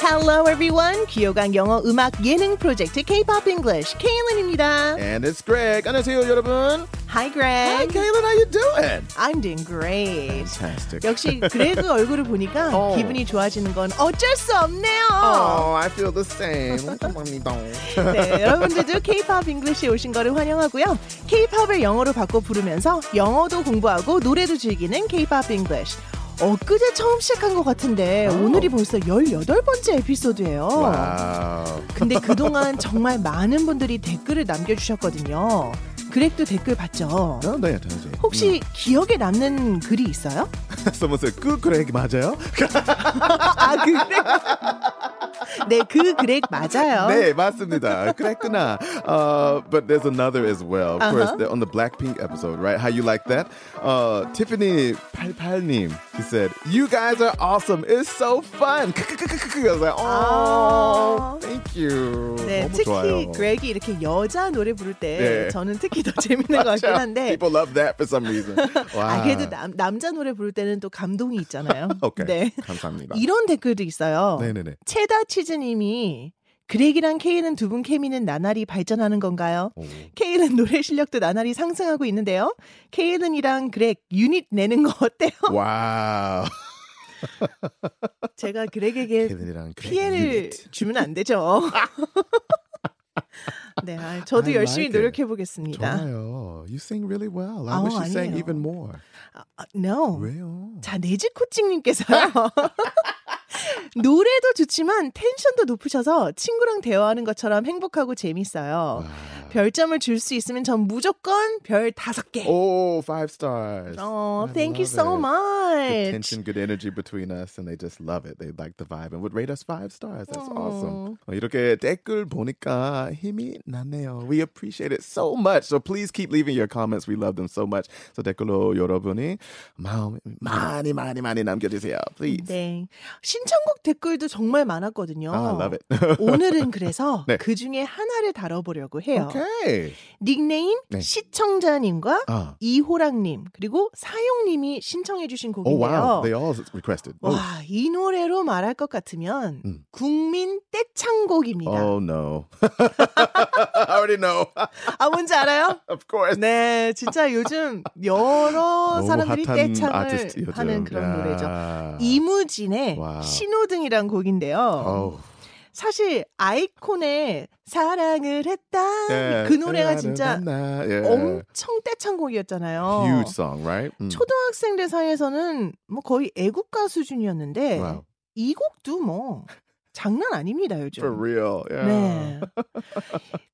Hello everyone. 귀요강 영어 음악 예능 프로젝트 K-pop English 케일린입니다. And it's Greg. 안녕하세요, 여러분. Hi 네. Hi, Greg. Kaylin. How you doing? I'm doing great. Fantastic. 역시 그레그 얼굴을 보니까 어. 기분이 좋아지는 건 어쩔 수 없네요. Oh, I feel the same. 감사합니다. 네, 여러분들도 K-pop English에 오신 거를 환영하고요. K-pop을 영어로 바꿔 부르면서 영어도 공부하고 노래도 즐기는 K-pop English. 엊그제 처음 시작한 것 같은데 오. 오늘이 벌써 18번째 에피소드예요. wow. 근데 그동안 정말 많은 분들이 댓글을 남겨주셨거든요. 그렉도 댓글 봤죠? 어, 네, 당연히. 혹시 기억에 남는 글이 있어요? 음. someone said, "그 그렉 맞아요?" 아, 그 그렉. 네, 그 그렉 맞아요. 네, 맞습니다. 그랬구나. Uh, but there's another as well. Of course, the- on the Blackpink episode, right? How you like that? Uh, Tiffany 88님, she said, "You guys are awesome. It's so fun." I was like, "Oh, 아. thank you." 네, 너무 특히 좋아요. 그렉이 이렇게 여자 노래 부를 때 네. 저는 특히 더 재밌는 것 같긴 한데 People love that for some reason. 와. 아, 그래도 남, 남자 노래 부를 때는 또 감동이 있잖아요. 오케이. 네. 감사합니다. 이런 댓글도 있어요. 네네네. 체다 치즈님이 그렉이랑 케이는 두 분 케미는 나날이 발전하는 건가요? 오. 케일은 노래 실력도 나날이 상승하고 있는데요. 케일은이랑 그렉 유닛 내는 거 어때요? 와우. 제가 그렉에게 케빈이랑 그렉 피해를 유닛. 주면 안 되죠. 네, 아, 저도 I 열심히 like it. 노력해 보겠습니다. 좋아요. You sing really well. I 아, wish you sang 아니에요. even more. 아, no. 왜요? 자, 네 네지코칭님께서요. 노래도 좋지만 텐션도 높으셔서 친구랑 대화하는 것처럼 행복하고 재밌어요. 아. 별점을 줄 수 있으면 전 무조건 별 다섯 개. Oh, five stars. 어, I thank you love so it. Good much. tension, good energy between us, and they just love it. They like the vibe and would rate us five stars. That's awesome. 어, 이렇게 댓글 보니까 힘이 나네요. We appreciate it so much. So please keep leaving your comments. We love them so much. So 댓글로 여러분이 마음 많이 많이 많이 남겨주세요. Please. 네. 신청곡 댓글도 정말 많았거든요. I 아, love it. 오늘은 그래서 네. 그 중에 하나를 다뤄보려고 해요. okay. 닉네임 네. 시청자님과 아. 이호랑님 그리고 사용님이 신청해주신 Oh 곡인데요. wow. They all requested. Oh. 와, 이 노래로 말할 것 같으면 음. 국민 떼창곡입니다. Oh no. I already know. 아, 뭔지 알아요? Of course. 네, 진짜 요즘 여러 너무 사람들이 핫한 떼창을 아티스트 요즘. 하는 그런 야. 노래죠. 이무진의 와우. 신호등이란 곡인데요. 어우. 사실 아이콘의 사랑을 했다 예, 그 노래가 사랑을 진짜 만나. 예. 엄청 떼창곡이었잖아요. huge song, right? 음. 초등학생들 사이에서는 뭐 거의 애국가 수준이었는데 Wow. 이 곡도 뭐 장난 아닙니다 요즘. For real. Yeah. 네.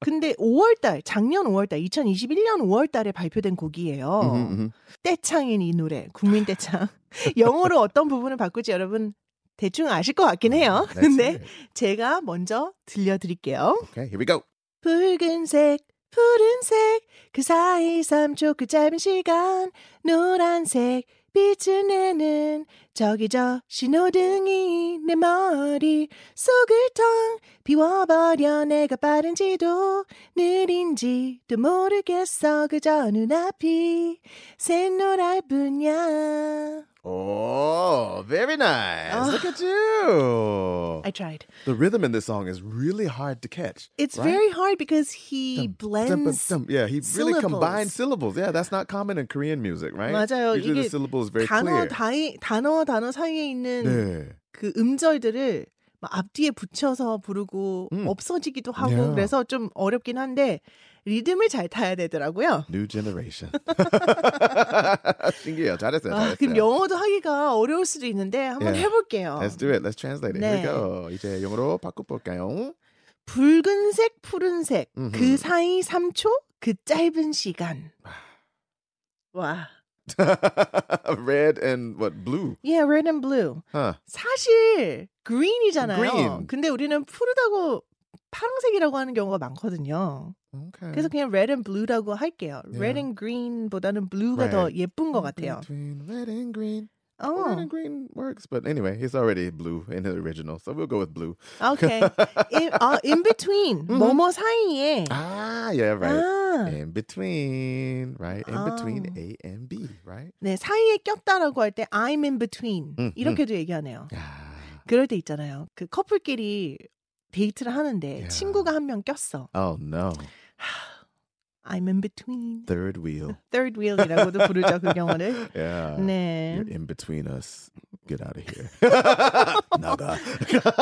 근데 5월달 작년 5월달 2021년 5월달에 발표된 곡이에요. 음, 음, 음. 떼창인 이 노래 국민 떼창. 영어로 어떤 부분을 바꾸지 여러분 대충 아실 것 같긴 해요. Let's 근데 hear it. 제가 먼저 들려드릴게요. Okay, here we go. 붉은색 푸른색 그 사이 3초 그 짧은 시간 노란색 빛을 내는 저기 저 신호등이 내 머리 속을 텅 비워버려 내가 빠른지도 느린지도 모르겠어 그저 눈앞이 샛노랄 뿐이야 Oh, very nice. Ah. Look at you. I tried. the rhythm in this song is really hard to catch. It's right? very hard because he Dum, dum, blends dum, dum. Yeah, he really syllables. combines syllables. Yeah, that's not common in Korean music, right? 맞아요. 이게 Usually the syllable is very 단어 clear. 다이, 단어 단어 사이에 있는 네. 그 음절들을 막 앞뒤에 붙여서 부르고 음. 없어지기도 하고 Yeah. 그래서 좀 어렵긴 한데 리듬을 잘 타야 되더라고요. New generation. 신기해요. 잘했어요. 아, 잘했어요. 그럼 영어도 하기가 어려울 수도 있는데 한번 Yeah. 해볼게요. Let's do it. Let's translate it. 네. Here we go. 이제 영어로 바꿔볼까요? 붉은색 푸른색 음흠. 그 사이 3초 그 짧은 시간. 와, Red and what? Blue. yeah, red and blue. Huh. 사실 green이잖아요. Green. 근데 우리는 푸르다고 파란색이라고 하는 경우가 많거든요. Okay. 그래서 그냥 red and blue라고 할게요. red Yeah. and green보다는 blue가 더 Right. 예쁜 것 같아요. Between 예. red and green. Red 어, and green works, but anyway, it's already blue in the original, so we'll go with blue. okay. In, 아, in between Mhm. 뭐뭐 사이에. Ah, yeah, right. 네. 아, In between, right? In between Oh. A and B, right? 네 사이에 꼈다라고 할 때 I'm in between 음, 이렇게도 얘기하네요. Ah. 그럴 때 있잖아요. 그 커플끼리 데이트를 하는데 Yeah. 친구가 한 명 꼈어. Oh no. I'm in between. Third wheel. Third wheel이라고도 부르죠 그 경우를. Yeah. Mm-hmm. 네. You're in between us. Get out of here. Naga.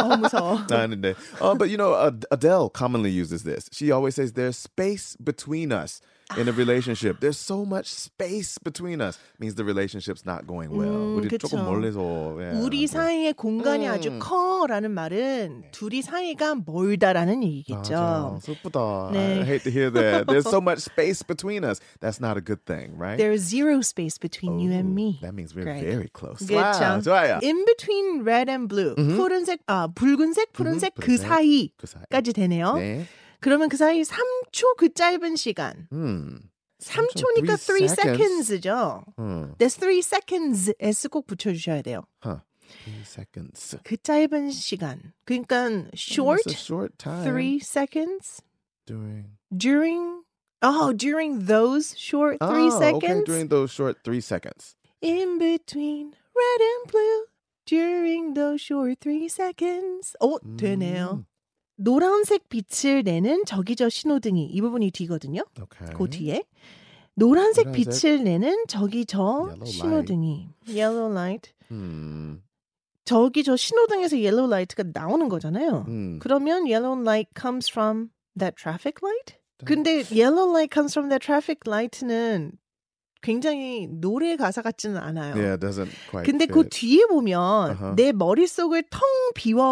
어 무서워. 나는데. Uh, but you know, Ad- Adele commonly uses this. She always says there's space between us in a relationship. There's so much space between us. Means the relationship's not going well. 음, 우리 조금 Mm, 그쵸. 멀리서, yeah, 우리 뭐. 사이의 공간이 음. 아주 커라는 말은 둘이 사이가 멀다라는 얘기겠죠. 네. 맞아. 슬프다. 네. I hate to hear that. There's so much space between us. That's not a good thing, right? There's zero space between you and Ooh, me. That means we're Greg. very close. 그쵸. Wow, 네. 좋아요. In between red and blue. 푸른색, 아, 붉은색, 푸른색 그 붉은색. 사이까지 그 사이. 되네요. 음, 네. 그러면 그 사이 3초 그 짧은 시간. 음. 3초니까 3 three seconds. seconds죠. 음. That's 3 seconds. S 꼭 붙여주셔야 돼요. Huh. Three seconds. 그 짧은 시간. 그러니까 It's a short, short time. 3 seconds. during. during oh during those short three Oh, Okay, seconds during those short three seconds. in between red and blue during those short three seconds 오 음. 되네요 Mm, 노란색 빛을 내는 저기저 신호등이 이 부분이 뒤거든요 음, Okay. 그 뒤에 노란색 노란색. 빛을 내는 저기저 Yellow light. 신호등이 yellow light Hmm. 저기저 신호등에서 yellow light가 나오는 거잖아요 음. 그러면 yellow light comes from that traffic light? 네. 근데 yellow light comes from that traffic light는 굉장히 노래 가사 같지는 않아요. Yeah, it doesn't quite. 근데 그 fit. 뒤에 보면 아하. 내 머릿속을 텅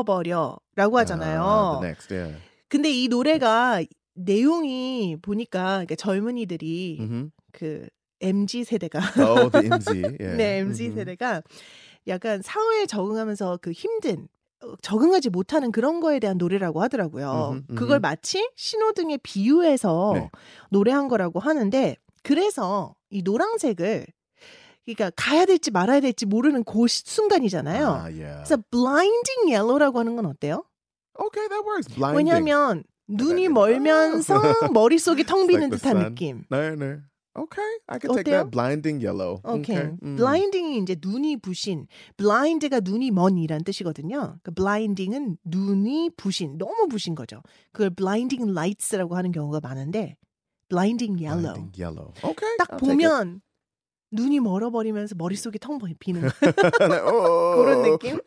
비워버려라고 하잖아요. Ah, the next, yeah. 근데 음. 이 노래가 내용이 보니까 그러니까 젊은이들이 Mm-hmm. 그 MZ 세대가 Oh, the MZ. Yeah. 네, MZ Mhm. 세대가 약간 사회에 적응하면서 그 힘든 어, 적응하지 못하는 그런 거에 대한 노래라고 하더라고요. 음흠, 음흠. 그걸 마치 신호등에 비유해서 네. 노래한 거라고 하는데 그래서 이 노란색을 그러니까 가야 될지 말아야 될지 모르는 그 시- 순간이잖아요. Ah, yeah. 그래서 blinding yellow라고 하는 건 어때요? Okay, that works. Blinding. 왜냐하면 눈이 아. 멀면서 머릿속이 텅 비는 Like the 듯한 sun. 느낌. No, no. Okay, I can take 어때요? that. Blinding yellow. 오케이. mm. 블라인딩이 이제 눈이 부신. 블라인드가 눈이 먼이란 뜻이거든요. 그 블라인딩은 눈이 부신. 너무 부신 거죠. 그걸 블라인딩 라이츠라고 하는 경우가 많은데 블라인딩 옐로우. Blinding yellow. Okay. 딱 I'll take it. 보면 눈이 멀어버리면서 머릿속이 텅 비- 비는 oh, 그런 느낌?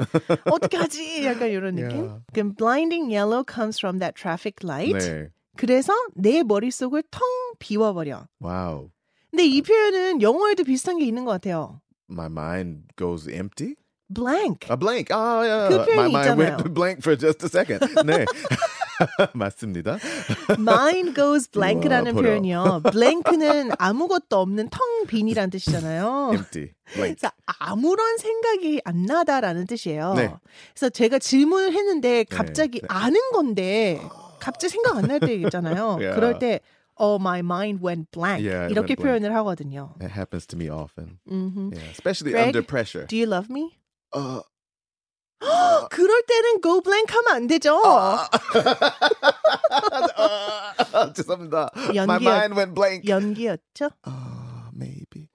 어떻게 하지? 약간 이런 느낌? Yeah. 그럼 blinding yellow comes from that traffic light. Oh. 네. 그래서 내 머릿속을 텅 비워버려. Wow. 근데 아. 이 표현은 영어에도 비슷한 게 있는 것 같아요. My mind goes empty. blank. A blank. Oh, yeah. 표현이 My mind 있잖아요. went blank for just a second. 네. 맞습니다. Mine goes blank라는 우와, 버려. 표현이요. blank는 아무것도 없는 텅 빈이란 뜻이잖아요. empty. Blank. 그래서 아무런 생각이 안 나다라는 뜻이에요. 네. 그래서 제가 질문을 했는데 갑자기 네. 아는 건데 갑자기 생각 안 날 때 있잖아요. Yeah. 그럴 때 Oh, my mind went blank. Yeah, it 이렇게 went blank. 표현을 하거든요. That happens to me often. 음흠. Yeah. Especially Greg, under pressure. Do you love me? Uh, 그럴 때는 go blank 하면 안 되죠. uh, uh, 죄송합니다. My 연기였- mind went blank. 연기였죠. Uh, maybe.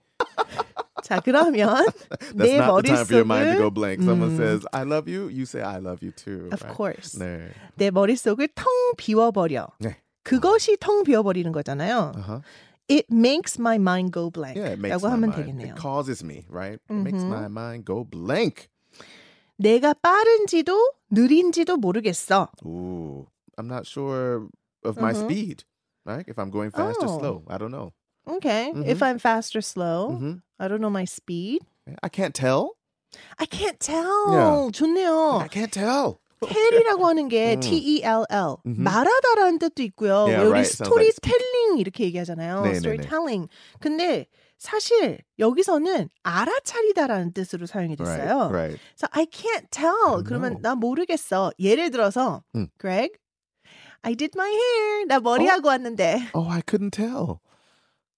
자, 그러면 That's 내 not the time for your mind to 머릿속을 go blank. Someone Mm. says, I love you. You say, I love you too. Of right? course. 네. 내 머릿속을 텅 비워버려. 네. 그것이 텅 비워버리는 거잖아요. Uh-huh. It makes my mind go blank. Yeah, it makes 라고 my 하면 mind. 되겠네요. It causes me, right? It makes Mhm. my mind go blank. 내가 빠른지도 느린지도 모르겠어. Ooh, I'm not sure of my Mhm. speed, right? If I'm going fast Oh. or slow, I don't know. Okay. Mhm. If I'm fast or slow, hmm I don't know my speed. I can't tell. I can't tell. Yeah. 좋네요. I can't tell. tell이라고 하는 게 음. T-E-L-L. 음흠. 말하다라는 뜻도 있고요. Yeah, 우리 right. Sounds like 스토리텔링 이렇게 얘기하잖아요. 네, 네, 네. 스토리텔링. 근데 사실 여기서는 알아차리다라는 뜻으로 사용이 됐어요. Right, right. So I can't tell. don't 그러면 나 know. 모르겠어. 예를 들어서 음. Greg, I did my hair. 나 머리 어? 하고 왔는데. Oh, I couldn't tell.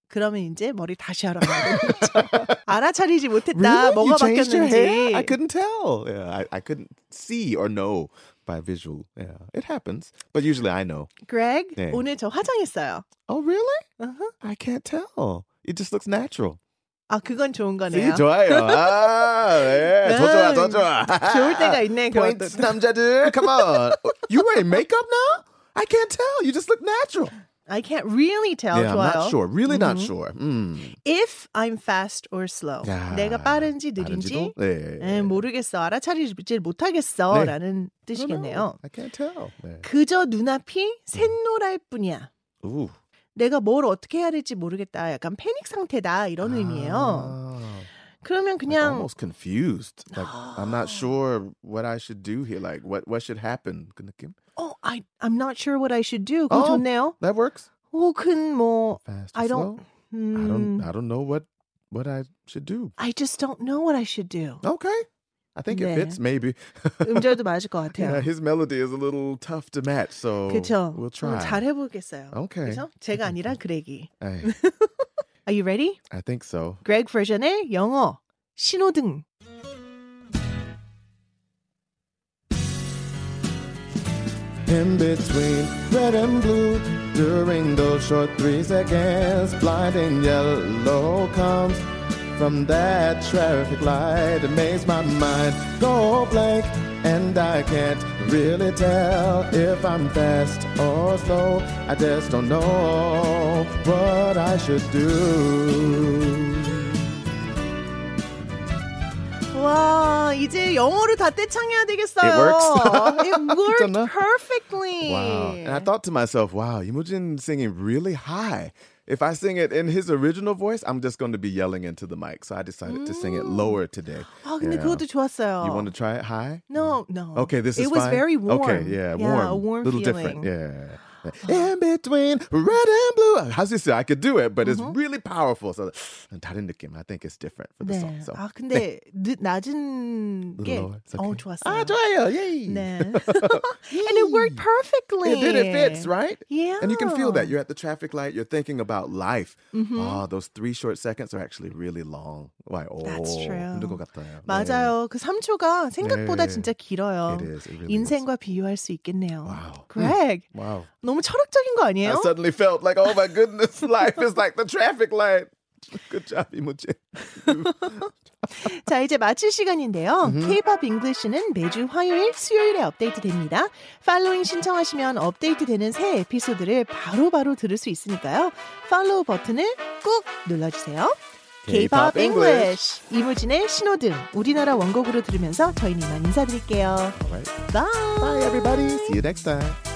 그러면 이제 머리 다시 하러 가야 되는 거죠. 알아차리지 못했다. Really? 뭐가 You changed your hair? I 바뀌었는지. couldn't tell. Yeah, I, I couldn't see or know by visual. Yeah, it happens. But usually I know. Greg, 네. 오늘 저 화장했어요. Oh, really? Uh-huh. I can't tell. It just looks natural. 아, 그건 좋은 거네요. See, Ah, 좋아요. 아, 네. 더 좋아, 더 좋아. 좋을 때가 있네, 그것도. Points, 남자들. Come on. You wearing makeup now? I can't tell. You just look natural. Mm-hmm. I can't really tell. yeah, I'm 좋아요. not sure. Really not sure. Hmm. 음. If I'm fast or slow. 야, 내가 빠른지 느린지 다른지도? 네. 에, 모르겠어. 알아차리질 못하겠어. 네. 라는 뜻이겠네요. I can't tell. 네. 그저 눈앞이 음. 샛노랄 뿐이야. 우. 내가 뭘 어떻게 해야 될지 모르겠다. 약간 패닉 상태다. 이런 의미예요. 아. 뭐 그러면 Ah. like, 그냥 almost confused. Like I'm not sure what I should do here. Like what what should happen? 그 느낌? oh, I, I'm not sure what I should do. 그거 어. 좋네요. That works. 혹은 뭐 Fast. I or don't- slow? 음, I don't. I don't know what what I should do. I just don't know what I should do. Okay. I think 네. it fits. Maybe. 음절도 맞을 것 같아요. yeah, his melody is a little tough to match. So 그렇죠. we'll try. 잘 해보겠어요. Okay. 그래서 제가 아니라 그렉이. I, Are you ready? I think so. Greg 버전의 영어 신호등. In between red and blue, during those short three seconds, blinding yellow comes from that traffic light. It makes my mind go blank, and I can't really tell if I'm fast or slow. I just don't know what I should do. 와 이제 영어로 다 떼창해야 되겠어요. It works. It worked 괜찮나? perfectly. Wow. And I thought to myself, wow, Imogen singing really high. If I sing it in his original voice, I'm just going to be yelling into the mic. So I decided to sing Mm. it lower today. 아 근데 Yeah. 그것도 좋았어요. You want to try it high? No, no. Okay, this is It was fine? very warm. Okay, yeah, yeah, warm. A warm little feeling. different. Yeah. In between red and blue. How's this? I could do it, but Mm-hmm. it's really powerful. So 다른 느낌. I think it's different for the 네. song. So 아 근데 늦, 낮은 게 little lower. It's 어, okay. 좋았어요. 아, 좋아요. Yay. 네. And it worked perfectly. It did. It fits, right? Yeah. And you can feel Oh. that. You're at the traffic light. You're thinking about life. Mm-hmm. Oh, those three short seconds are actually really long. Like, oh, That's true. 힘들 것 같아요. 맞아요. 그 3초가 생각보다 네. 진짜 길어요. It is. It really 인생과 비유할 수 있겠네요. Wow. Greg, is. Wow. 너무 철학적인 거 I 아니에요? suddenly felt like, oh my goodness, life is like the traffic light. Good job, Imogen. 자, 이제 마칠 시간인데요. K-pop English는 매주 화요일, 수요일에 업데이트 됩니다. 팔로잉 신청하시면 업데이트 되는 새 에피소드를 바로바로 들을 수 있으니까요. 팔로우 버튼을 꾹 눌러주세요. K-pop English. 이무진의 신호등. 우리나라 원곡으로 들으면서 저희는 이만 인사드릴게요. All right. Bye. Bye, everybody. See you next time.